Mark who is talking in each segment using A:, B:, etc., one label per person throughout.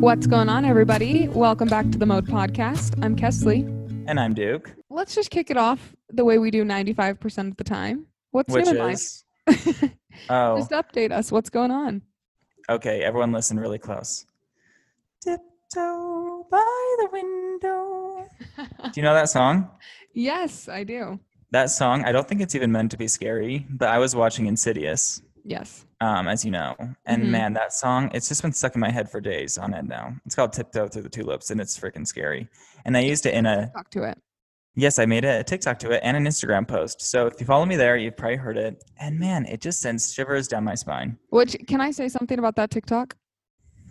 A: What's going on, everybody? Welcome back to the Mode Podcast. I'm Kesley.
B: And I'm Duke,
A: Let's just kick it off the way we do 95% of the time. What's
B: which
A: new in life?
B: is oh,
A: just update us. What's going on?
B: okay. Everyone, listen really close. Tiptoe by the window. Do you know that song?
A: yes, I do.
B: That song. I don't think it's even meant to be scary, but I was watching Insidious,
A: Yes.
B: um, as you know, and
A: Mhm.
B: man, that song. It's just been stuck in my head for days on end now. It's called Tiptoe Through the Tulips, and it's freaking scary. And I used it in a
A: Talk to it.
B: Yes, I made a TikTok to it and an Instagram post. So if you follow me there, you've probably heard it. And man, it just sends shivers down my spine.
A: Which, can I say something about that TikTok?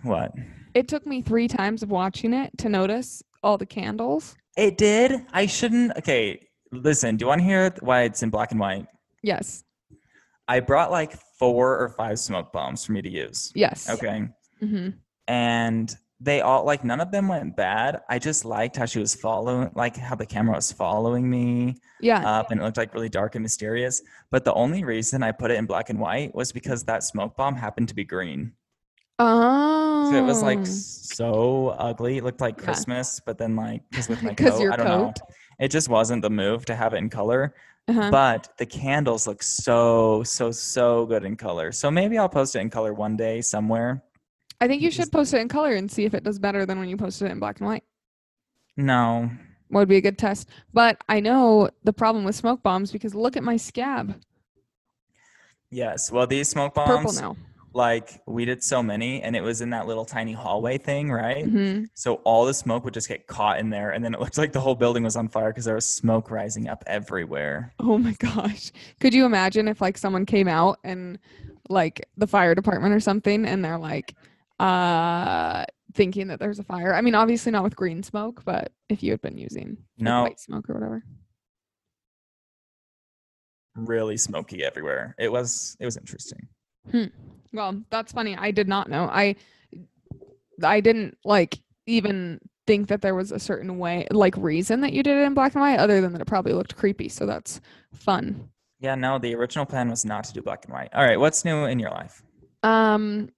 B: What?
A: It took me three times of watching it to notice all the candles.
B: It did? I shouldn't. Okay, listen, do you want to hear th- why it's in black and white?
A: Yes.
B: I brought like four or five smoke bombs for me to use.
A: Yes.
B: Okay.
A: hmm
B: And they all, like, none of them went bad. I just liked how she was following, like, how the camera was following me.
A: Uh, Yeah.
B: up and it looked like really dark and mysterious. But the only reason I put it in black and white was because that smoke bomb happened to be green.
A: oh.
B: Uh, So it was like so ugly. It looked like
A: Yeah.
B: Christmas, but then like because with my
A: 'Cause
B: coat,
A: your
B: I don't know. It just wasn't the move to have it in color.
A: Uh-huh.
B: But the candles look so so so good in color. So maybe I'll post it in color one day somewhere.
A: I think you
B: Just-
A: should post it in color and see if it does better than when you posted it in black and white.
B: No,
A: Would be a good test. But I know the problem with smoke bombs because look at my scab,
B: yes. Well, these smoke
A: purple
B: bombs,
A: now.
B: like we did so many, and it was in that little tiny hallway thing, right?
A: hmm
B: So all the smoke would just get caught in there, and then it looked like the whole building was on fire because there was smoke rising up everywhere.
A: Oh my gosh! Could you imagine if like someone came out and like the fire department or something, and they're like, uh, thinking that there's a fire? I mean, obviously not with green smoke, but if you had been using like,
B: No.
A: white smoke or whatever,
B: Really smoky everywhere. It was it was interesting.
A: Well, that's funny. I did not know. I I didn't like even think that there was a certain way like reason that you did it in black and white other than that it probably looked creepy. So that's fun.
B: Yeah, no, the original plan was not to do black and white. All right, what's new in your life?
A: Um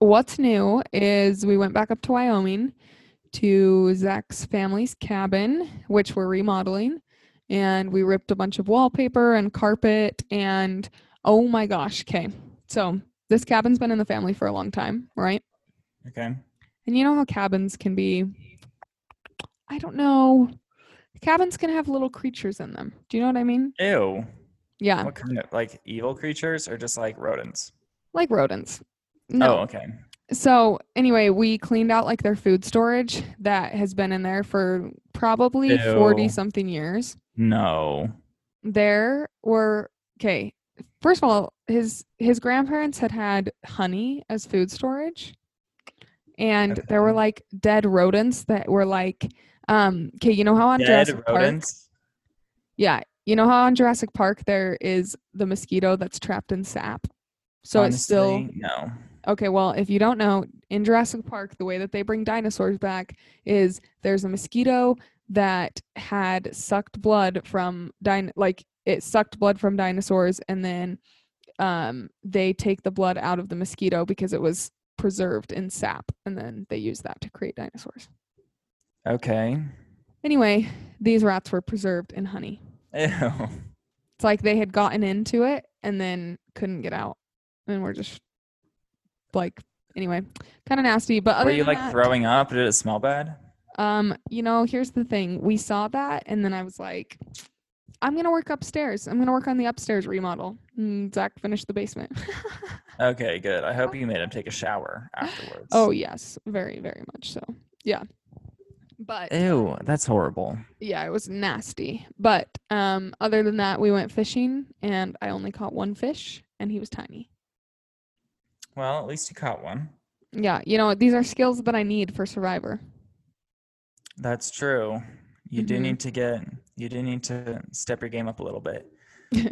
A: what's new is we went back up to Wyoming to Zach's family's cabin, which we're remodeling, and we ripped a bunch of wallpaper and carpet and oh my gosh, okay. So this cabin's been in the family for a long time, right?
B: Okay.
A: And you know how cabins can be I don't know. Cabins can have little creatures in them. Do you know what I mean?
B: Ew.
A: Yeah,
B: What kind of like evil creatures or just like rodents?
A: like rodents. No.
B: Oh, okay.
A: So, anyway, we cleaned out like their food storage that has been in there for probably 40
B: Ew.
A: something years.
B: No.
A: There were okay, first of all, his his grandparents had had honey as food storage. And there were
B: Okay.
A: like dead rodents that were like um okay, you know how on
B: Dead
A: Jurassic Park
B: rodents.
A: Yeah, you know how on Jurassic Park there is the mosquito that's trapped in sap. So it's still
B: Honestly, no.
A: okay. Well, if you don't know, in Jurassic Park, the way that they bring dinosaurs back is there's a mosquito that had sucked blood from din like it sucked blood from dinosaurs, and then um, they take the blood out of the mosquito because it was preserved in sap, and then they use that to create dinosaurs.
B: Okay.
A: Anyway, these rats were preserved in honey.
B: Ew.
A: It's like they had gotten into it and then couldn't get out, and we're just like, anyway, kind of nasty. But other
B: Were you
A: than
B: like
A: that,
B: throwing up? Did it smell bad?
A: um, you know, here's the thing: we saw that, and then I was like, I'm gonna work upstairs. I'm gonna work on the upstairs remodel. And Zach finished the basement.
B: Okay, good. I hope you made him take a shower afterwards.
A: oh yes, very very much so. Yeah, but
B: Ew, that's horrible.
A: yeah, it was nasty. But um, other than that, we went fishing, and I only caught one fish, and he was tiny.
B: Well, at least you caught one.
A: Yeah, you know, these are skills that I need for Survivor.
B: That's true. You do
A: Mhm.
B: need to get you do need to step your game up a little bit.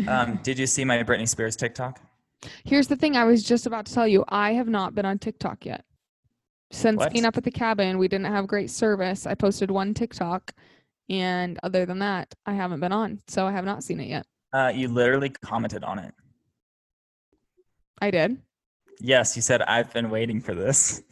B: Um, did you see my Britney Spears TikTok?
A: Here's the thing I was just about to tell you I have not been on TikTok yet. Since
B: What?
A: being up at the cabin, we didn't have great service. I posted one TikTok, and other than that, I haven't been on, so I have not seen it yet.
B: Uh, you literally commented on it.
A: I did.
B: Yes, you said I've been waiting for this.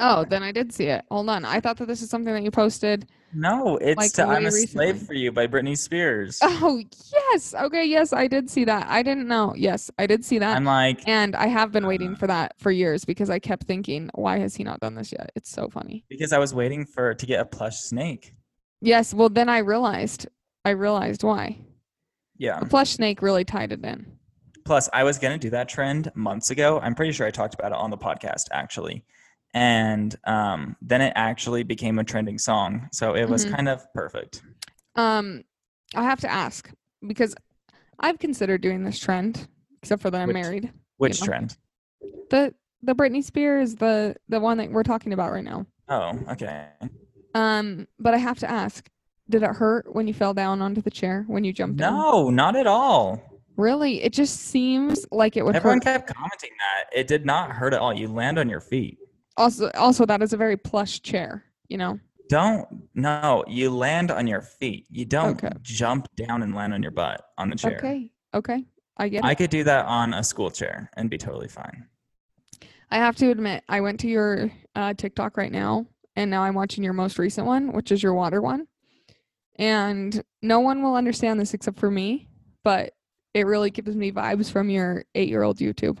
A: Oh, then I did see it. Hold on. I thought that this is something that you posted.
B: No, it's
A: Like,
B: to I'm
A: way
B: a slave
A: recently.
B: for you by Britney Spears.
A: Oh, yes. Okay, yes, I did see that. I didn't know. Yes, I did see that.
B: I'm Uh. like,
A: and I have been waiting for that for years because I kept thinking, why has he not done this yet? It's so funny.
B: because I was waiting for to get a plush snake.
A: Yes, well then I realized I realized why.
B: Yeah.
A: The plush snake really tied it in.
B: Plus, I was going to do that trend months ago. I'm pretty sure I talked about it on the podcast, actually. And um, then it actually became a trending song. So it was
A: Mhm.
B: kind of perfect.
A: Um I have to ask because I've considered doing this trend, except for that I'm
B: Which-
A: married.
B: Which
A: know.
B: trend?
A: The the Britney Spears, the the one that we're talking about right now.
B: Oh, okay.
A: Um, but I have to ask, did it hurt when you fell down onto the chair when you jumped in?
B: No, not at all.
A: Really? It just seems like it would
B: Everyone
A: hurt.
B: kept commenting that. It did not hurt at all. You land on your feet.
A: Also also that is a very plush chair, you know.
B: Don't, no, you land on your feet. You don't
A: Okay.
B: jump down and land on your butt on the chair.
A: Okay. Okay. I get it.
B: I could do that on a school chair and be totally fine.
A: I have to admit, I went to your uh, TikTok right now, and now I'm watching your most recent one, which is your water one. And no one will understand this except for me, but it really gives me vibes from your eight year old YouTube.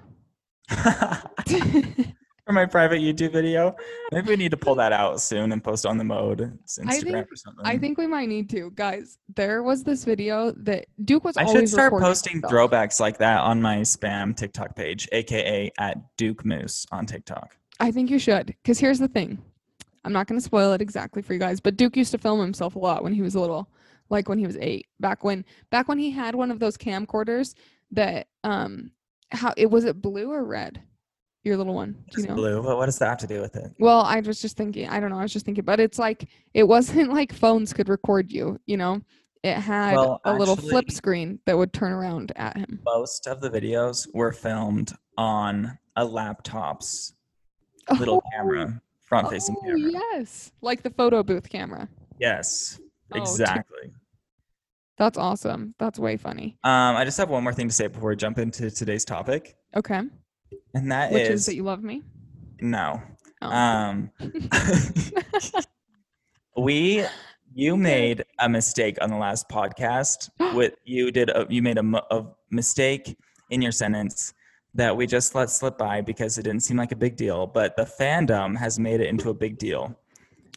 B: for my private YouTube video. Maybe we need to pull that out soon and post on the mode it's Instagram
A: I think-
B: or something.
A: I think we might need to, guys. There was this video that Duke was
B: I should
A: always
B: start
A: recording
B: posting
A: himself.
B: throwbacks like that on my spam TikTok page, aka at Duke Moose on TikTok.
A: I think you should, because here's the thing. I'm not going to spoil it exactly for you guys, but Duke used to film himself a lot when he was little, like when he was eight. Back when, back when he had one of those camcorders that, um, how it was it blue or red? Your little one, do
B: It's
A: you know?
B: blue. What, what does that have to do with it?
A: Well, I was just thinking. I don't know. I was just thinking, but it's like it wasn't like phones could record you. You know, it had
B: Well,
A: a little flip
B: actually-
A: screen that would turn around at him.
B: Most of the videos were filmed on a laptop's little
A: Oh,
B: camera, front facing
A: oh,
B: camera.
A: yes, like the photo booth camera.
B: Yes,
A: Oh, Tim,
B: exactly.
A: That's awesome. That's way funny.
B: Um, I just have one more thing to say before we jump into today's topic,
A: Okay.
B: and that is
A: Which is that you love me?
B: no.
A: Oh.
B: Um, we, you made a mistake on the last podcast. With you did, a, you made a, mo- a mistake in your sentence that we just let slip by because it didn't seem like a big deal. But the fandom has made it into a big deal,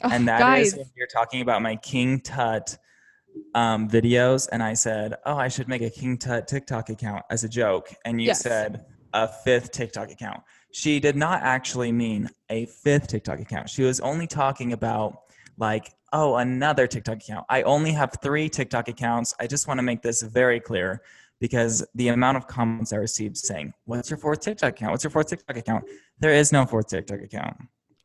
A: Oh,
B: and that
A: guys,
B: is when you're talking about my King Tut um, videos, and I said, "Oh, I should make a King Tut TikTok account as a joke," and you
A: Yes.
B: said a fifth TikTok account. She did not actually mean a fifth TikTok account. She was only talking about like, "Oh, another TikTok account. I only have three TikTok accounts. I just want to make this very clear." Because the amount of comments I received saying, What's your fourth TikTok account? What's your fourth TikTok account? There is no fourth TikTok account.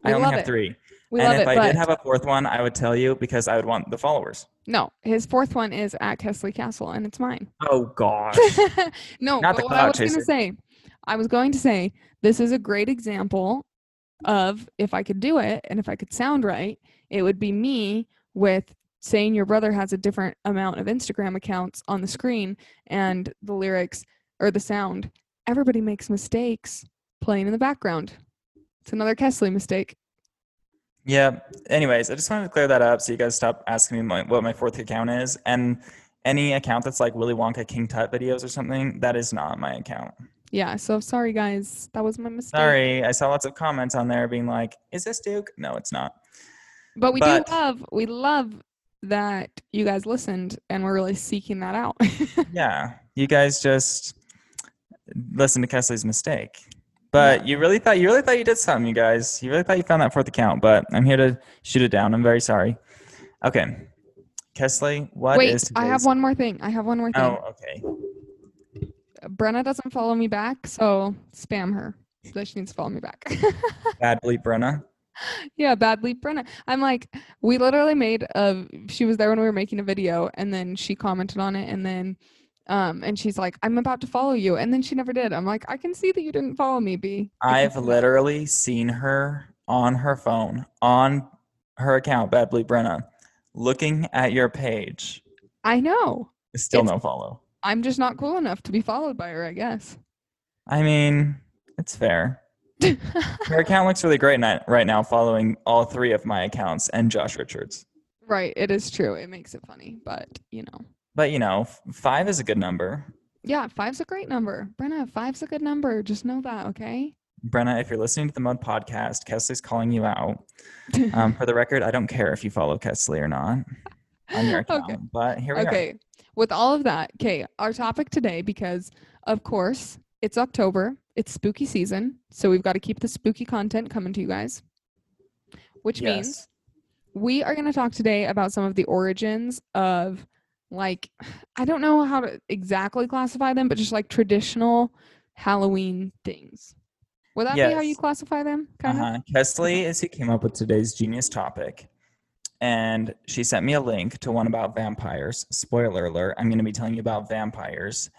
A: We
B: I only
A: love
B: have
A: it.
B: three
A: we
B: and
A: love
B: if
A: it.
B: I
A: but
B: did have a fourth one, I would tell you because I would want the followers.
A: no, his fourth one is at Kesley Castle, and it's mine.
B: Oh gosh.
A: no,
B: Not
A: but
B: the
A: what I was
B: clout
A: going
B: chaser.
A: to say, I was going to say, this is a great example of if I could do it and if I could sound right, it would be me with saying your brother has a different amount of Instagram accounts on the screen and the lyrics or the sound. Everybody makes mistakes playing in the background. It's another Kesley mistake.
B: yeah. Anyways, I just wanted to clear that up so you guys stop asking me my, what my fourth account is. And any account that's like Willy Wonka King Tut videos or something, that is not my account.
A: Yeah, so sorry guys, that was my mistake.
B: Sorry. I saw lots of comments on there being like, is this Duke? No, it's not.
A: But we
B: But-
A: do love we love that you guys listened and we're really seeking that out.
B: Yeah. You guys just listen to Kesley's mistake. But you really thought you really thought you did something, you guys. You really thought you found that fourth account, but I'm here to shoot it down. I'm very sorry. Okay. Kesley, what is
A: Wait, I have
B: today's-
A: one more thing. I have one more thing.
B: Oh, okay.
A: Brenna doesn't follow me back, so spam her. That she needs to follow me back.
B: Badly Brenna.
A: yeah, badly Brenna. I'm like, we literally made a she was there when we were making a video and then she commented on it and then um and she's like, I'm about to follow you and then she never did. I'm like, I can see that you didn't follow me, B. I can
B: I've
A: see that."
B: literally seen her on her phone, on her account, Badly Brenna, looking at your page.
A: I know.
B: Still
A: It's-
B: no follow.
A: I'm just not cool enough to be followed by her, I guess.
B: I mean, It's fair. Your account looks really great ni- right now, following all three of my accounts and Josh Richards.
A: right. It is true. It makes it funny, but you know.
B: But you know, f- five is a good number.
A: Yeah, five's a great number. Brenna, five's a good number. Just know that, okay?
B: Brenna, if you're listening to the Mud Podcast, Kesley's calling you out. Um, for the record, I don't care if you follow Kesley or not on your account.
A: Okay.
B: But here we
A: okay. With all of that, okay, our topic today, because of course it's October, it's spooky season. So we've got to keep the spooky content coming to you guys, which
B: Yes.
A: means we are going to talk today about some of the origins of like, I don't know how to exactly classify them, but just like traditional Halloween things. Would that be how you
B: Yes.
A: classify them?
B: are.
A: Kind of?
B: Uh-huh. Kesley is who came up with today's genius topic. And she sent me a link to one about vampires. Spoiler alert, I'm going to be telling you about vampires.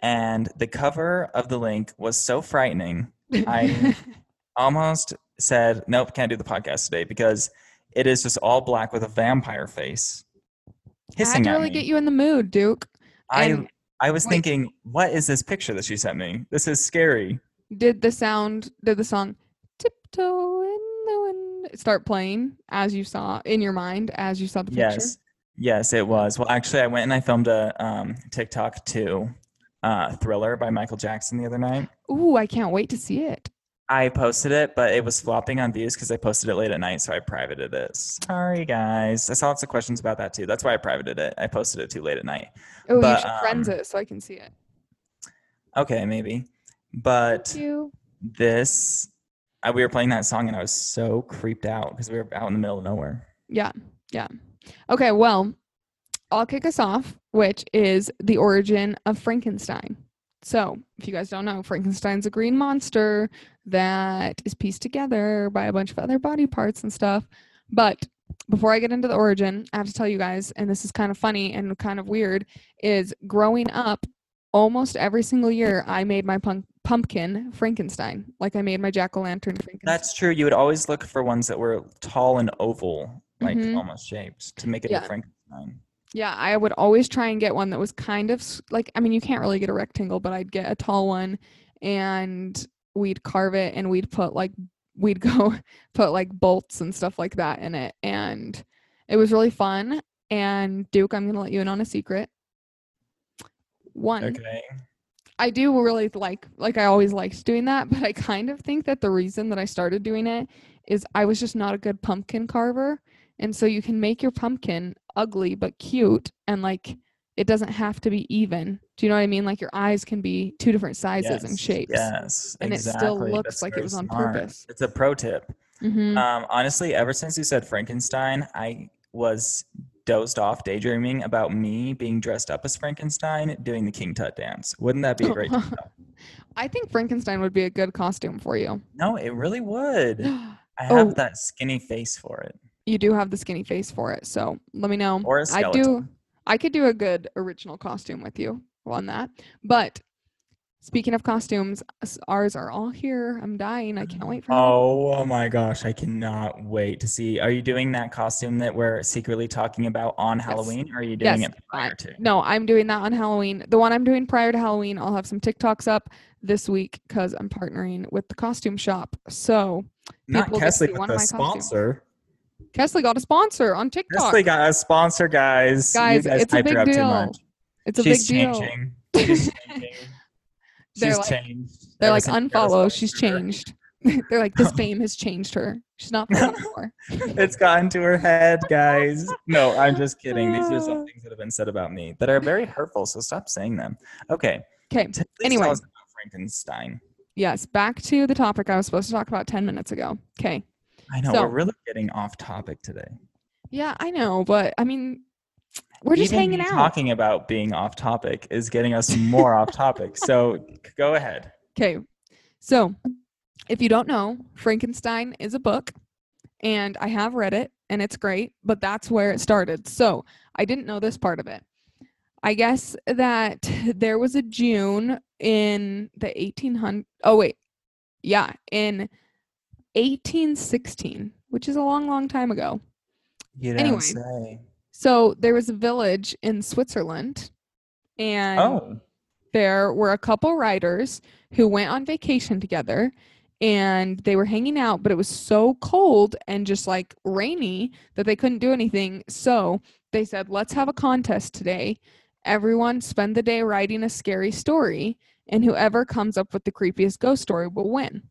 B: And the cover of the link was so frightening Uh-huh. I- almost said, "Nope, can't do the podcast today because it is just all black with a vampire face
A: I had
B: hissing
A: to
B: at
A: really
B: me."
A: get you in the mood, Duke.
B: I
A: and-
B: I was
A: wait.
B: thinking, what is this picture that she sent me? This is scary.
A: did the sound did the song tiptoe in the wind start playing as you saw in your mind as you saw the picture
B: Yes, yes, it was. Well, actually, I went and I filmed a um, TikTok to uh, Thriller by Michael Jackson the other night.
A: ooh i can't wait to see it
B: I posted it, but it was flopping on views because I posted it late at night, so I privated it. Sorry, guys. I saw lots of questions about that too. That's why I privated it. I posted it too late at night.
A: oh
B: But,
A: you should friends
B: um,
A: it so i can see it
B: Okay, maybe. But
A: Thank you
B: this, I, we were playing that song and I was so creeped out because we were out in the middle of nowhere.
A: yeah yeah okay well i'll kick us off which is the origin of frankenstein so if you guys don't know frankenstein's a green monster that is pieced together by a bunch of other body parts and stuff but before I get into the origin, I have to tell you guys, and this is kind of funny and kind of weird, is growing up, almost every single year, I made my punk- pumpkin Frankenstein. Like I made my jack o' lantern Frankenstein.
B: That's true. You would always look for ones that were tall and oval, like
A: Mhm.
B: almost shaped, to make it
A: Yeah.
B: a Frankenstein.
A: yeah, I would always try and get one that was kind of s- like, I mean, you can't really get a rectangle, but I'd get a tall one and we'd carve it and we'd put like, we'd go put like bolts and stuff like that in it. And it was really fun. And Duke, I'm going to let you in on a secret. One.
B: Okay.
A: I do really like like I always liked doing that, but I kind of think that the reason that I started doing it is I was just not a good pumpkin carver. And so you can make your pumpkin ugly but cute and like it doesn't have to be even. Do you know what I mean? Like your eyes can be two different sizes and
B: Yes,
A: shapes.
B: Yes.
A: And it still
B: exactly.
A: looks
B: That's
A: like it
B: very
A: was on
B: smart.
A: purpose.
B: It's a pro tip.
A: Mhm.
B: Um, honestly, ever since you said Frankenstein, I was dozed off daydreaming about me being dressed up as Frankenstein doing the King Tut dance. Wouldn't that be a great TikTok?
A: I think Frankenstein would be a good costume for you.
B: No, it really would. I
A: Oh.
B: have that skinny face for it.
A: you do have the skinny face for it, so let me know.
B: Or a
A: I
B: skeleton.
A: do. I could do a good original costume with you on that. But speaking of costumes, s- ours are all here. I'm dying. I can't wait for Halloween.
B: Oh, oh my gosh, I cannot wait to see. Are you doing that costume that we're secretly talking about on Halloween? Or are you doing
A: Yes,
B: it prior to?
A: No, I'm doing that on Halloween. The one I'm doing prior to Halloween, I'll have some TikToks up this week because I'm partnering with the costume shop. So
B: Not
A: people get to
B: Kesley,
A: see
B: but
A: one
B: the
A: of my costumes.
B: sponsor.
A: Kesley got a sponsor on TikTok.
B: Kesley got a sponsor, guys.
A: Guys,
B: you guys
A: it's a
B: hyped
A: big
B: her up too
A: deal.
B: much.
A: it's a
B: She's
A: big deal.
B: changing. She's changing.
A: They're
B: She's
A: like-
B: changed.
A: They're
B: ever
A: like
B: since she got a
A: unfollow. She's
B: sponsor.
A: changed. They're like this fame has changed her. She's not following anymore.
B: It's gotten to her head, guys. No, I'm just kidding. These are
A: Ah.
B: some things that have been said about me that are very hurtful, so stop saying them. Okay.
A: Okay.
B: t- please
A: Anyway.
B: tell us about Frankenstein.
A: Yes, back to the topic I was supposed to talk about 10 minutes ago. Okay.
B: I know
A: So-
B: we're really getting off topic today.
A: Yeah, I know, but I mean, we're just
B: Even
A: hanging
B: me
A: out.
B: Talking about being off topic is getting us more off topic. So c- go ahead.
A: Okay. So, if you don't know, Frankenstein is a book, and I have read it, and it's great, but that's where it started. So, I didn't know this part of it. I guess that there was a June in the 1800 Oh wait. Yeah, in 1816, which is a long long time ago.
B: You
A: Anyway.
B: say.
A: So there was a village in Switzerland, and
B: Oh,
A: there were a couple riders who went on vacation together and they were hanging out, but it was so cold and just like rainy that they couldn't do anything. So they said, let's have a contest today. Everyone spend the day writing a scary story, and whoever comes up with the creepiest ghost story will win.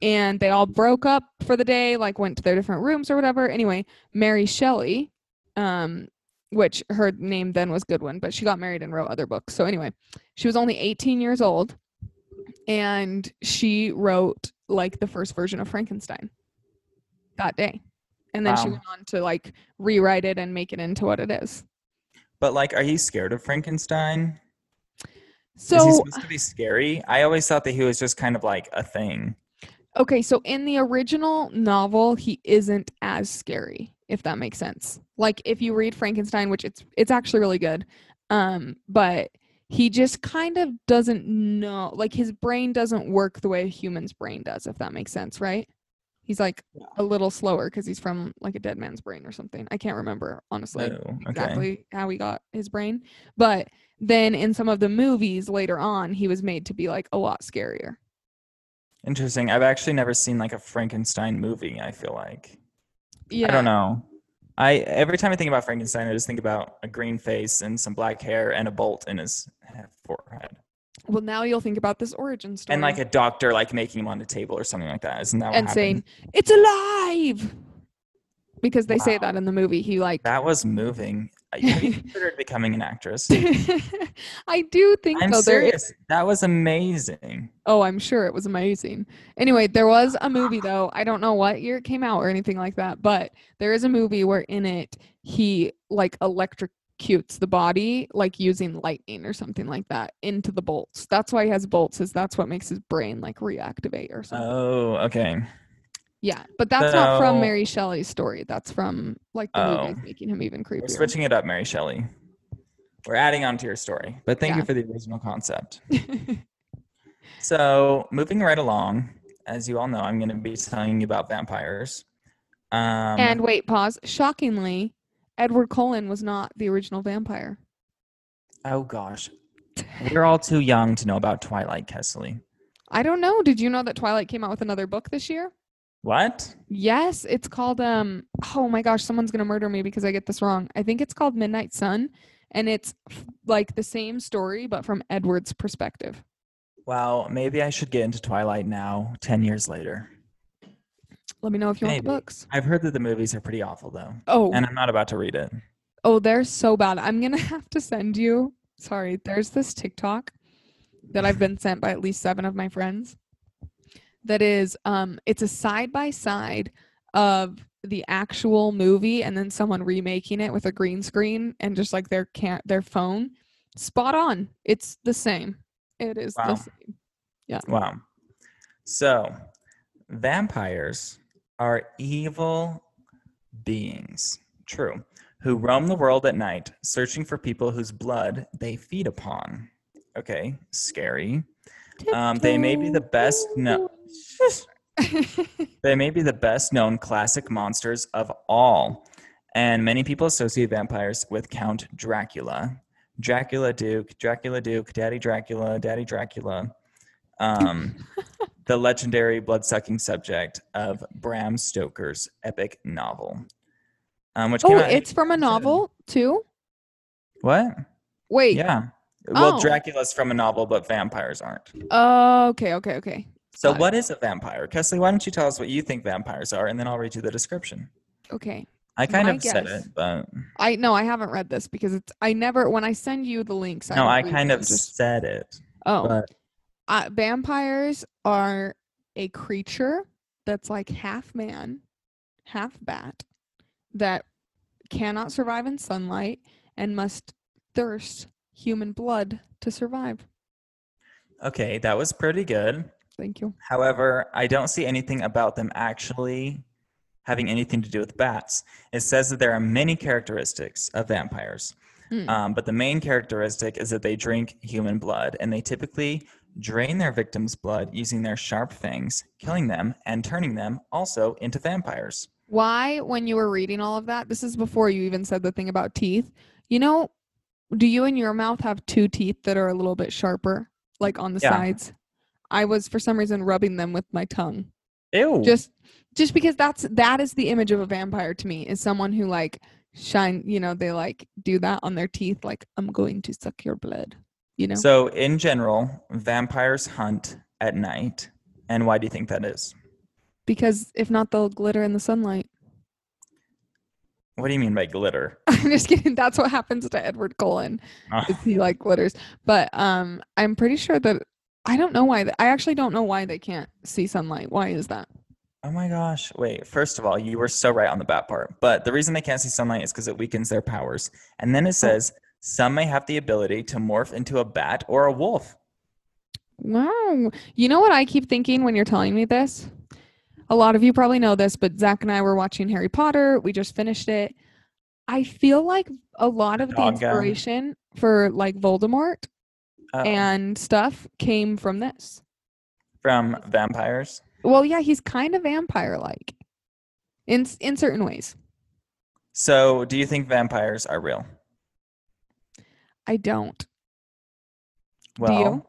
A: And they all broke up for the day, like went to their different rooms or whatever. Anyway, Mary Shelley, um, which her name then was Goodwin, but she got married and wrote other books. So anyway, she was only 18 years old and she wrote like the first version of Frankenstein that day. And then she
B: Wow.
A: went on to like rewrite it and make it into what it is.
B: But like, are you scared of Frankenstein? Is
A: So,
B: he supposed to be scary? I always thought that he was just kind of like a thing.
A: okay, so in the original novel, he isn't as scary, if that makes sense. Like if you read Frankenstein, which it's it's actually really good. Um, but he just kind of doesn't know like his brain doesn't work the way a human's brain does, if that makes sense, right? He's like
B: Yeah.
A: a little slower because he's from like a dead man's brain or something. I can't remember, honestly.
B: oh, okay.
A: exactly how he got his brain. But then in some of the movies later on, he was made to be like a lot scarier.
B: Interesting. I've actually never seen like a Frankenstein movie, I feel like.
A: Yeah.
B: I don't know. I every time I think about Frankenstein, I just think about a green face and some black hair and a bolt in his eh, forehead.
A: Well, now you'll think about this origin story.
B: And like a doctor like making him on a table or something like that. Isn't that what
A: and saying,
B: happened?
A: It's alive. Because they say
B: Wow.
A: that in the movie. He like
B: that was moving. I- Have you considered becoming an actress?
A: I do think
B: I'm
A: though there is
B: serious. That was amazing.
A: oh, I'm sure it was amazing. Anyway, there was a movie though. I don't know what year it came out or anything like that, but there is a movie where in it he like electrocutes the body like using lightning or something like that into the bolts. That's why he has bolts is that's what makes his brain like reactivate or something.
B: Oh, okay.
A: yeah, but that's not from
B: so-
A: Mary Shelley's story. That's from like the
B: Oh.
A: movies making him even
B: We're
A: creepier.
B: switching it up, Mary Shelley. We're adding on to your story, but thank
A: Yeah.
B: you for the original concept. So, moving right along, as you all know, I'm going to be telling you about vampires. Um,
A: and wait, pause. Shockingly, Edward Cullen was not the original vampire.
B: oh gosh, we're all too young to know about Twilight Kesley.
A: I don't know. Did you know that Twilight came out with another book this year?
B: What?
A: Yes, it's called um oh my gosh, someone's going to murder me because I get this wrong. I think it's called Midnight Sun and it's f- like the same story but from Edward's perspective.
B: Wow, maybe I should get into Twilight now, 10 years later.
A: Let me know if you want the
B: Maybe.
A: books.
B: I've heard that the movies are pretty awful, though,
A: Oh,
B: and I'm not about to read it.
A: oh, they're so bad. I'm going to have to send you. Sorry, there's this TikTok that I've been sent by at least 7 of my friends. That is um it's a side by side of the actual movie and then someone remaking it with a green screen and just like their can their phone spot on it's the same it is the
B: Wow.
A: same
B: Wow. So, vampires are evil beings, true, who roam the world at night searching for people whose blood they feed upon. Okay, scary. Um, they may be the best known. they may be the best known classic monsters of all, and many people associate vampires with Count Dracula, Dracula Duke, Dracula Duke, Daddy Dracula, Daddy Dracula, um, the legendary blood-sucking subject of Bram Stoker's epic novel, um, which
A: oh
B: came out. in-
A: it's from a novel too
B: what?
A: wait
B: Yeah. Well,
A: Oh.
B: Dracula's from a novel, but vampires aren't.
A: okay okay okay
B: So,
A: Got it.
B: what is a vampire, Kesley? Why don't you tell us what you think vampires are, and then I'll read you the description.
A: okay
B: I kind
A: My
B: of said
A: guess.
B: it, but
A: i no i haven't read this because it's i never when i send you the links
B: no,
A: will
B: I
A: read
B: kind
A: them
B: of
A: just
B: said it.
A: Oh,
B: but-
A: uh, vampires are a creature that's like half man, half bat, that cannot survive in sunlight and must thirst human blood to survive.
B: Okay, that was pretty good.
A: Thank you.
B: However, I don't see anything about them actually having anything to do with bats. It says that there are many characteristics of vampires,
A: Hmm.
B: um, but the main characteristic is that they drink human blood, and they typically drain their victims' blood using their sharp fangs, killing them and turning them also into vampires.
A: Why, when you were reading all of that, this is before you even said the thing about teeth. You know, Do you in your mouth have two teeth that are a little bit sharper, like on the
B: Yeah.
A: sides? I was for some reason rubbing them with my tongue.
B: Ew.
A: Just just because that's that is the image of a vampire to me is someone who like shine, you know, they like do that on their teeth like I'm going to suck your blood, you know.
B: So, in general, vampires hunt at night. And why do you think that is?
A: because if not they'll glitter in the sunlight.
B: What do you mean by glitter?
A: I'm just kidding. That's what happens to Edward Cullen.
B: Ah.
A: is he like glitters? But um, I'm pretty sure that I don't know why. th- I actually don't know why they can't see sunlight. Why is that?
B: Oh my gosh. Wait, first of all, you were so right on the bat part. But the reason they can't see sunlight is because it weakens their powers. And
A: Oh.
B: then it says some may have the ability to morph into a bat or a wolf.
A: Wow. You know what I keep thinking when you're telling me this? A lot of you probably know this, but Zach and I were watching Harry Potter. We just finished it. I feel like a lot of the
B: Doggo.
A: inspiration for like Voldemort
B: Uh,
A: and stuff came from this.
B: from vampires.
A: Well, yeah, he's kind of vampire like in s- in certain ways.
B: So, do you think vampires are real?
A: I don't.
B: Well,
A: you?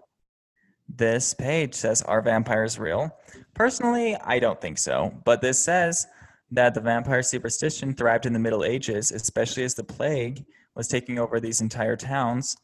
B: this page says, Are vampires real? Personally, I don't think so. But this says that the vampire superstition thrived in the Middle Ages, especially as the plague was taking over these entire towns,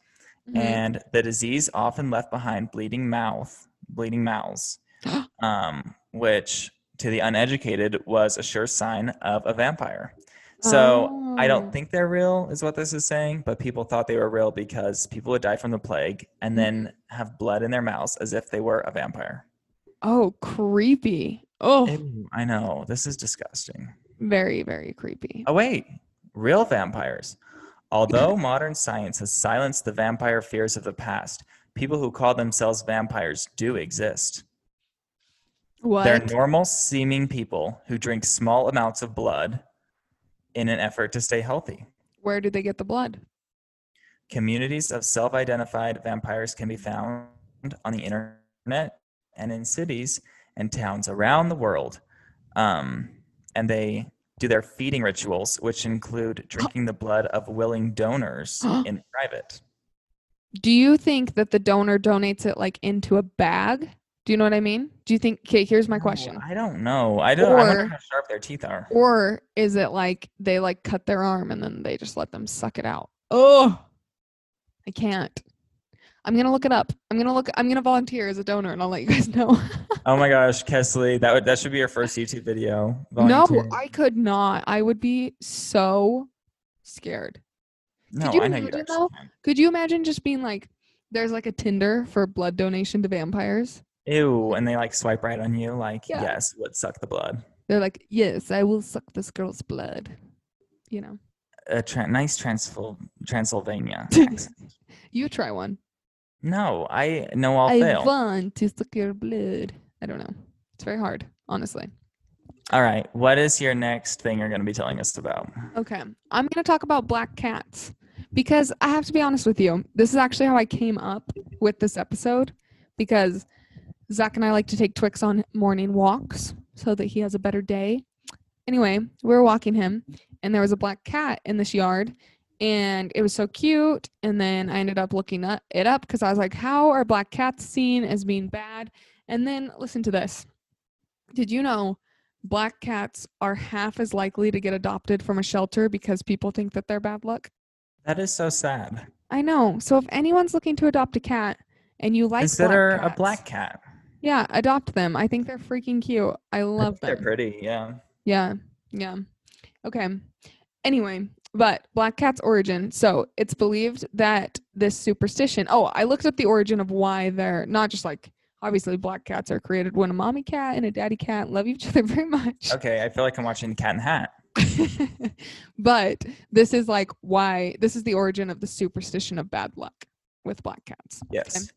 B: Mm-hmm.
A: Mm.
B: and the disease often left behind bleeding mouth, bleeding mouths, um, which to the uneducated was a sure sign of a vampire. So, I
A: Oh.
B: don't think they're real, is what this is saying, but people thought they were real because people would die from the plague and then
A: Mm.
B: have blood in their mouths as if they were a vampire.
A: Oh, creepy. Oh,
B: Ew, I know. This is disgusting.
A: very, very creepy.
B: Oh, wait. Real vampires. Although modern science has silenced the vampire fears of the past, people who call themselves vampires do exist.
A: what?
B: They're normal seeming people who drink small amounts of blood in an effort to stay healthy.
A: Where did they get the blood?
B: Communities of self identified vampires can be found on the internet and in cities and towns around the world. Um, and they do their feeding rituals, which include drinking the blood of willing donors in private.
A: Do you think that the donor donates it like into a bag? Do you know what I mean? Do you think? Okay, here's my
B: No,
A: question.
B: I don't know. I don't I wonder
A: Or-
B: how sharp their teeth are.
A: Or is it like they like cut their arm and then they just let them suck it out? Oh, I can't. I'm gonna look it up. I'm gonna look. I'm gonna volunteer as a donor, and I'll let you guys know.
B: Oh my gosh, Kesley, that would, that should be your first YouTube video.
A: no,
B: Volunteer.
A: I could not. I would be so scared.
B: no,
A: you
B: I know you'd
A: imagine,
B: actually
A: though?
B: can.
A: Could you imagine just being like, there's like a Tinder for blood donation to vampires?
B: Ew, and they like swipe right on you, like,
A: Yeah.
B: yes, would suck the blood.
A: They're like, yes, I will suck this girl's blood. You know,
B: a tra- nice Transful- Transylvania. accent.
A: you try one.
B: no, I know I'll
A: I
B: fail.
A: want to suck your blood. I don't know. It's very hard, honestly.
B: All right, what is your next thing you're going to be telling us about?
A: Okay. I'm going to talk about black cats because I have to be honest with you. This is actually how I came up with this episode because Zach and I like to take Twix on morning walks so that he has a better day. Anyway, we were walking him and there was a black cat in this yard and it was so cute. And then I ended up looking up, it up because I was like, how are black cats seen as being bad? And then listen to this. Did you know black cats are half as likely to get adopted from a shelter because people think that they're bad luck.
B: That is so sad.
A: I know. So if anyone's looking to adopt a cat and you like
B: Consider
A: black
B: a
A: cats-
B: black cat.
A: yeah, adopt them. I think they're freaking cute. I
B: I
A: love
B: think They're
A: them.
B: pretty, yeah.
A: Yeah. Yeah. Okay. Anyway, but black cat's origin. So it's believed that this superstition. Oh, I looked up the origin of why they're not just like obviously black cats are created when a mommy cat and a daddy cat love each other very much.
B: Okay, I feel like I'm watching Cat and Hat.
A: but this is like why this is the origin of the superstition of bad luck with black cats.
B: Yes.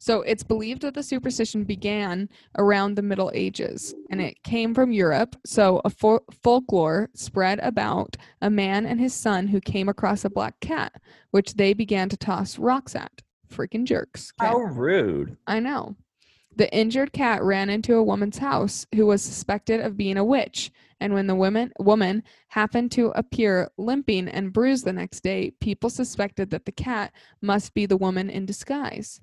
A: So it's believed that the superstition began around the Middle Ages and it came from Europe. So a fol- folklore spread about a man and his son who came across a black cat, which they began to toss rocks at. Freaking jerks. 'kay?
B: How rude.
A: I know. The injured cat ran into a woman's house who was suspected of being a witch, and when the woman woman happened to appear limping and bruised the next day, people suspected that the cat must be the woman in disguise.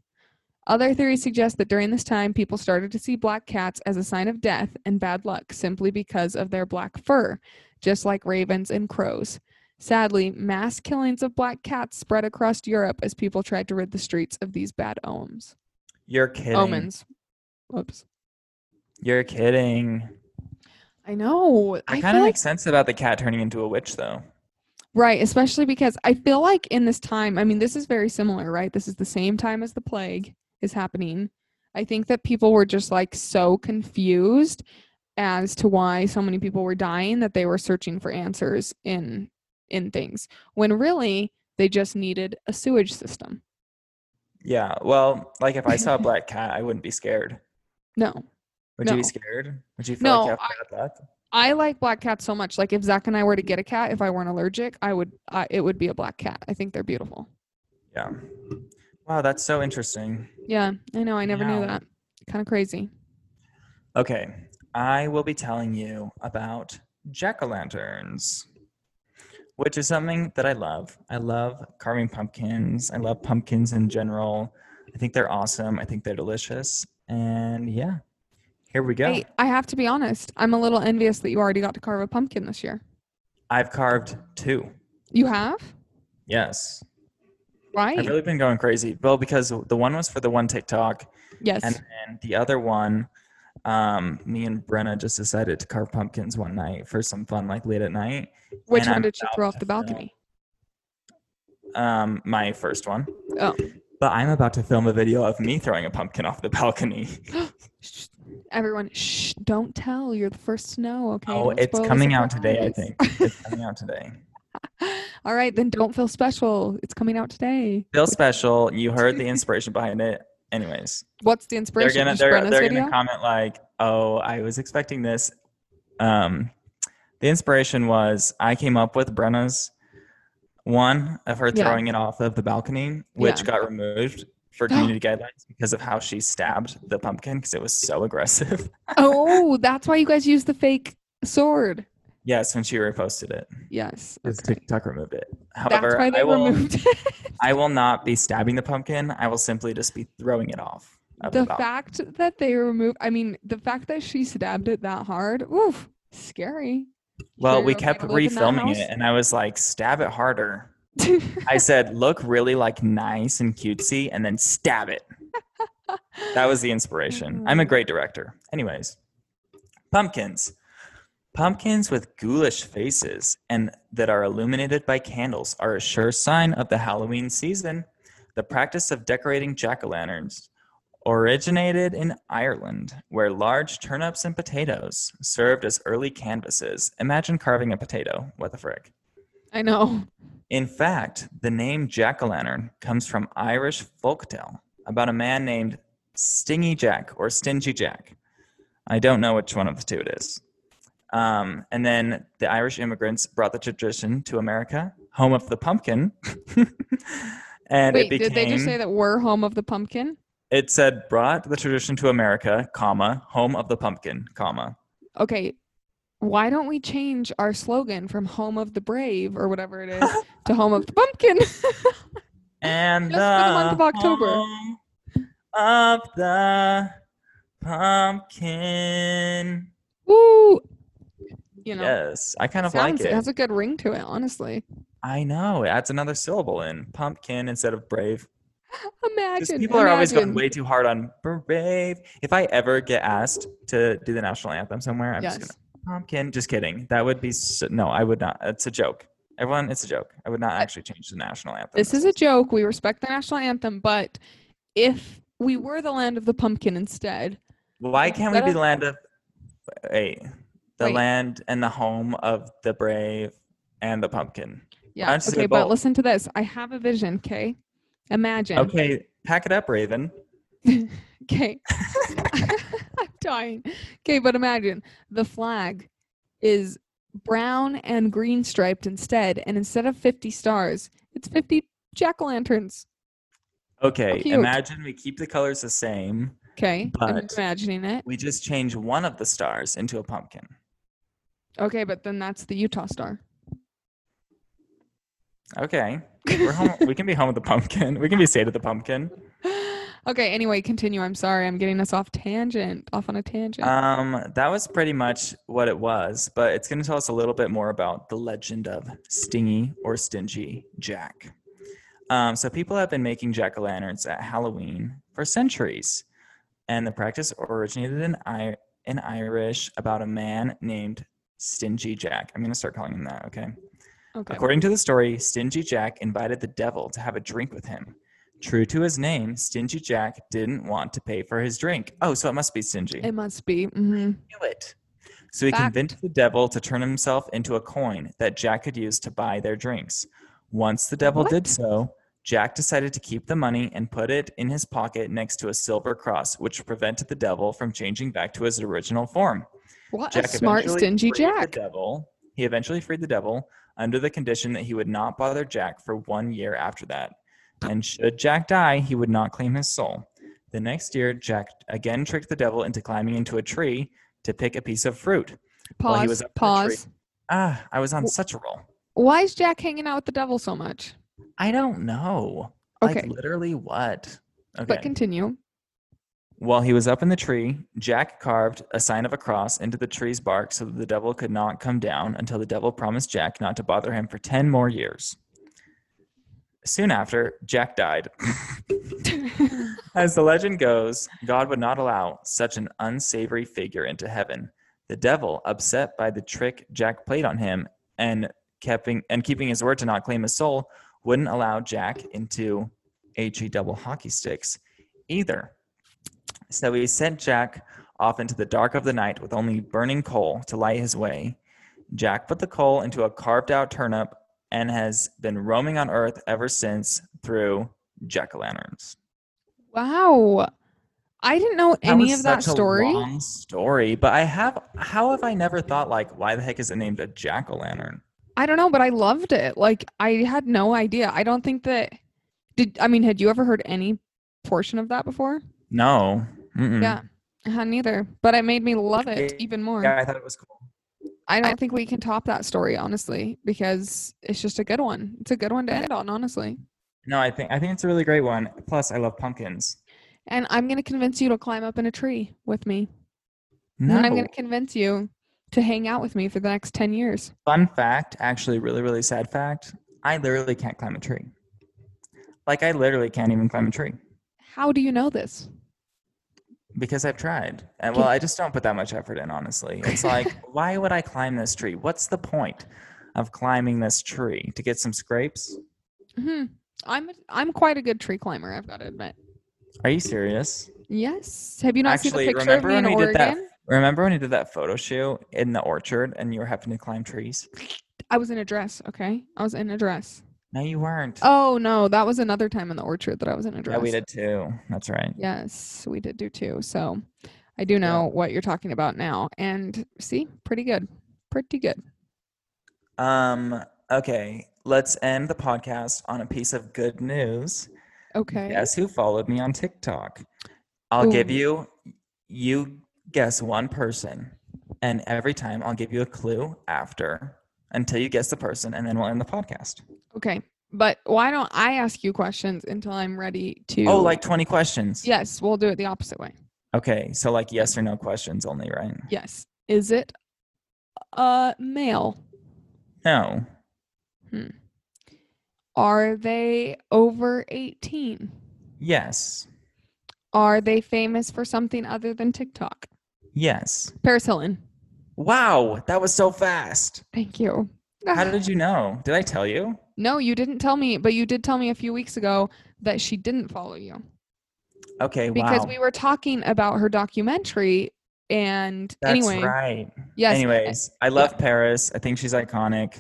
A: Other theories suggest that during this time, people started to see black cats as a sign of death and bad luck simply because of their black fur, just like ravens and crows. Sadly, mass killings of black cats spread across Europe as people tried to rid the streets of these bad omens.
B: You're kidding.
A: Omens. Whoops.
B: You're kidding.
A: I know.
B: That
A: I
B: kind
A: feel
B: of
A: like
B: makes sense about the cat turning into a witch, though.
A: right, especially because I feel like in this time, I mean, this is very similar, right? This is the same time as the plague is happening. I think that people were just like so confused as to why so many people were dying that they were searching for answers in in things when really they just needed a sewage system.
B: Yeah. Well, like if I saw a black cat, I wouldn't be scared.
A: No.
B: Would you
A: No.
B: be scared? Would you feel like
A: No,
B: you have bad luck?
A: I like black cats so much. Like if Zach and I were to get a cat, if I weren't allergic, I would. I, it would be a black cat. I think they're beautiful.
B: Yeah. Wow, that's so interesting.
A: Yeah, I know. I never knew
B: Yeah.
A: that. Kind of crazy.
B: Okay, I will be telling you about jack o' lanterns, which is something that I love. I love carving pumpkins. I love pumpkins in general. I think they're awesome. I think they're delicious. And yeah, here we go.
A: Hey, I have to be honest. I'm a little envious that you already got to carve a pumpkin this year.
B: I've carved two.
A: You have,
B: Yes.
A: right?
B: I've really been going crazy. Well, because the one was for the one TikTok,
A: yes.
B: and then the other one, um, me and Brenna just decided to carve pumpkins one night for some fun, like late at night.
A: Which
B: and
A: one
B: I'm
A: did you
B: about
A: throw off
B: to
A: the
B: film.
A: balcony?
B: um, my first one.
A: Oh.
B: But I'm about to film a video of me throwing a pumpkin off the balcony.
A: Shh, everyone, shh! Don't tell. You're the first to know. Okay.
B: Oh,
A: Don't
B: it's
A: spoil the
B: coming out today, I
A: surprise.
B: think. It's coming out today.
A: All right, then don't feel special. It's coming out today.
B: Feel special. You heard the inspiration behind it. Anyways,
A: What's the
B: they're
A: inspiration?
B: gonna
A: Just
B: they're,
A: Brenna's
B: they're
A: video?
B: gonna comment like, "Oh, I was expecting this." Um, the inspiration was I came up with Brenna's one of her
A: Yeah.
B: throwing it off of the balcony, which got removed for community guidelines because of how she stabbed the pumpkin because it was so aggressive.
A: oh, that's why you guys use the fake sword.
B: yes, when she reposted it.
A: Yes.
B: Because
A: okay.
B: TikTok removed it.
A: That's
B: However,
A: why they
B: I will
A: removed it.
B: I will not be stabbing the pumpkin. I will simply just be throwing it off. of
A: the
B: balcony.
A: fact that they removed, I mean, the fact that she stabbed it that hard, oof, scary.
B: well, we
A: You're okay
B: kept
A: to live in that
B: refilming
A: house?
B: it, and I was like, "Stab it harder." I said, "Look really like nice and cutesy, and then stab it." That was the inspiration. I'm a great director. Anyways, pumpkins. Pumpkins with ghoulish faces and that are illuminated by candles are a sure sign of the Halloween season. The practice of decorating jack o' lanterns originated in Ireland, where large turnips and potatoes served as early canvases. Imagine carving a potato. What the frick?
A: I know.
B: In fact, the name jack o' lantern comes from Irish folktale about a man named Stingy Jack or Stingy Jack. I don't know which one of the two it is. Um, and then the Irish immigrants brought the tradition to America, home of the pumpkin. and
A: Wait,
B: it became,
A: did they just say that we're home of the pumpkin?
B: it said brought the tradition to America, comma, home of the pumpkin, comma.
A: Okay. Why don't we change our slogan from home of the brave or whatever it is to home of the pumpkin?
B: And
A: Just for the month of October.
B: home Of the pumpkin.
A: Woo! You know,
B: Yes, I kind of
A: sounds,
B: like it.
A: it
B: I
A: has a good ring to it, honestly.
B: know it adds another syllable in pumpkin instead of brave. 'Cause
A: Imagine.
B: people are always going
A: imagine.
B: way too hard on brave. If I ever get asked to do the national anthem somewhere, I'm
A: Yes.
B: just gonna pumpkin. Just kidding. That would be so, no. I would not. It's a joke. Everyone, it's a joke. I would not actually change the national anthem.
A: This is a joke. We respect the national anthem, but if we were the land of the pumpkin instead,
B: Why can't we
A: Instead
B: be
A: of-
B: the land of wait, the
A: Wait.
B: land and the home of the brave and the pumpkin?
A: yeah.
B: I'm just gonna
A: Okay, but
B: vote.
A: listen to this. I have a vision, okay? Imagine.
B: Okay, pack it up, Raven.
A: Okay. I'm dying. Okay, but imagine the flag is brown and green striped instead, and instead of 50 stars, it's 50 jack o' lanterns.
B: Okay,
A: Oh, cute.
B: imagine we keep the colors the same,
A: Okay. I'm
B: But-
A: just imagining it.
B: We just change one of the stars into a pumpkin.
A: Okay, but then that's the Utah star.
B: Okay. We're home. we can be home with the pumpkin. We can be state of the pumpkin.
A: okay, anyway, continue. I'm sorry. I'm getting us off tangent, off on a tangent.
B: Um, that was pretty much what it was, but it's going to tell us a little bit more about the legend of Stingy or Stingy Jack. Um, so people have been making jack o' lanterns at Halloween for centuries, and the practice originated in I- in Irish about a man named Stingy Jack. I'm going to start calling him that. Okay.
A: okay.
B: According to the story, Stingy Jack invited the devil to have a drink with him. True to his name, Stingy Jack didn't want to pay for his drink. Oh, so it must be Stingy
A: It must be. hmm
B: do it. So he
A: Fact.
B: convinced the devil to turn himself into a coin that Jack could use to buy their drinks. Once the devil
A: What?
B: did so, Jack decided to keep the money and put it in his pocket next to a silver cross, which prevented the devil from changing back to his original form.
A: What a
B: Jack
A: smart,
B: eventually
A: stingy
B: freed
A: Jack.
B: The devil. He eventually freed the devil under the condition that he would not bother Jack for one year after that. And should Jack die, he would not claim his soul. The next year, Jack again tricked the devil into climbing into a tree to pick a piece of fruit. while he was
A: Pause.
B: up for the
A: Pause.
B: Ah, I was on
A: Wh-
B: such a roll.
A: Why is Jack hanging out with the devil so much?
B: I don't know.
A: Okay,
B: Like literally what? Okay.
A: but continue.
B: While he was up in the tree, Jack carved a sign of a cross into the tree's bark so that the devil could not come down until the devil promised Jack not to bother him for 10 more years. Soon after, Jack died. As the legend goes, God would not allow such an unsavory figure into heaven. The devil, upset by the trick Jack played on him and keeping and keeping his word to not claim his soul, wouldn't allow Jack into HE double hockey sticks either. So he sent Jack off into the dark of the night with only burning coal to light his way. Jack put the coal into a carved out turnip and has been roaming on earth ever since through jack o' lanterns.
A: wow. I didn't know
B: That
A: any
B: was
A: of that
B: such a
A: story.
B: long story, but I have. How have I never thought like, why the heck is it named a jack o' lantern?
A: I don't know, but I loved it. Like I had no idea. I don't think that did I mean, had you ever heard any portion of that before?
B: No. Mm-mm.
A: Yeah. I hadn't either. But it made me love it
B: Yeah.
A: even more.
B: Yeah, I thought it was cool.
A: I don't think we can top that story, honestly, because it's just a good one. It's a good one to end on, honestly.
B: No, I think I think it's a really great one. Plus, I love pumpkins.
A: And I'm gonna convince you to climb up in a tree with me. And
B: No.
A: then Mm, I'm gonna convince you to hang out with me for the next ten years.
B: Fun fact, actually, really, really sad fact. I literally can't climb a tree. Like, I literally can't even climb a tree
A: How do you know this?
B: because I've tried. And well, I just don't put that much effort in, honestly. It's like, why would I climb this tree? What's the point of climbing this tree to get some scrapes?
A: Hmm. I'm I'm quite a good tree climber. I've got to admit.
B: Are you serious?
A: Yes. Have you not
B: Actually,
A: seen the picture of
B: remember
A: me in
B: when we
A: Oregon?
B: did that Remember when you did that photo shoot in the orchard and you were having to climb trees?
A: I was in a dress. Okay, I was in a dress.
B: No, you weren't.
A: Oh no, that was another time in the orchard that I was in a dress.
B: yeah, we did too. That's right.
A: Yes, we did do too. So, I do know what you're talking about now. And see, pretty good, pretty good.
B: Um. Okay. Let's end the podcast on a piece of good news.
A: Okay.
B: Guess who followed me on TikTok? I'll give
A: Ooh.
B: you. You guess one person, and every time I'll give you a clue after until you guess the person, and then we'll end the podcast.
A: Okay. But why don't I ask you questions until I'm ready to?
B: Oh, like twenty questions.
A: Yes, we'll do it the opposite way.
B: Okay. So like yes or no questions only, right?
A: Yes. Is it a male?
B: No.
A: Are they over 18?
B: Yes.
A: Are they famous for something other than TikTok?
B: Yes.
A: Paris Hilton.
B: Wow, that was so fast.
A: Thank you.
B: How did you know? Did I tell you?
A: no, you didn't tell me, but you did tell me a few weeks ago that she didn't follow you
B: Okay,
A: because
B: wow.
A: we were talking about her documentary. And
B: That's
A: anyway,
B: right.
A: yes,
B: Anyways, I love Paris. I think she's iconic,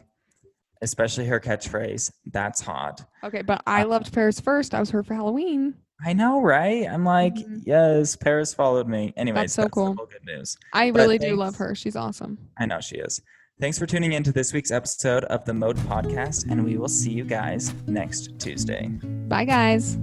B: especially her catchphrase, that's hot.
A: okay, but I
B: Uh,
A: loved Paris first. I was her for Halloween.
B: I know, right? I'm like,
A: Mhm.
B: yes, Paris followed me. Anyways,
A: so
B: the
A: cool.
B: whole good news.
A: I
B: But
A: really do love
B: thanks.
A: her. She's awesome.
B: I know she is. Thanks for tuning in to this week's episode of the Mode Podcast, and we will see you guys next Tuesday.
A: Bye, guys.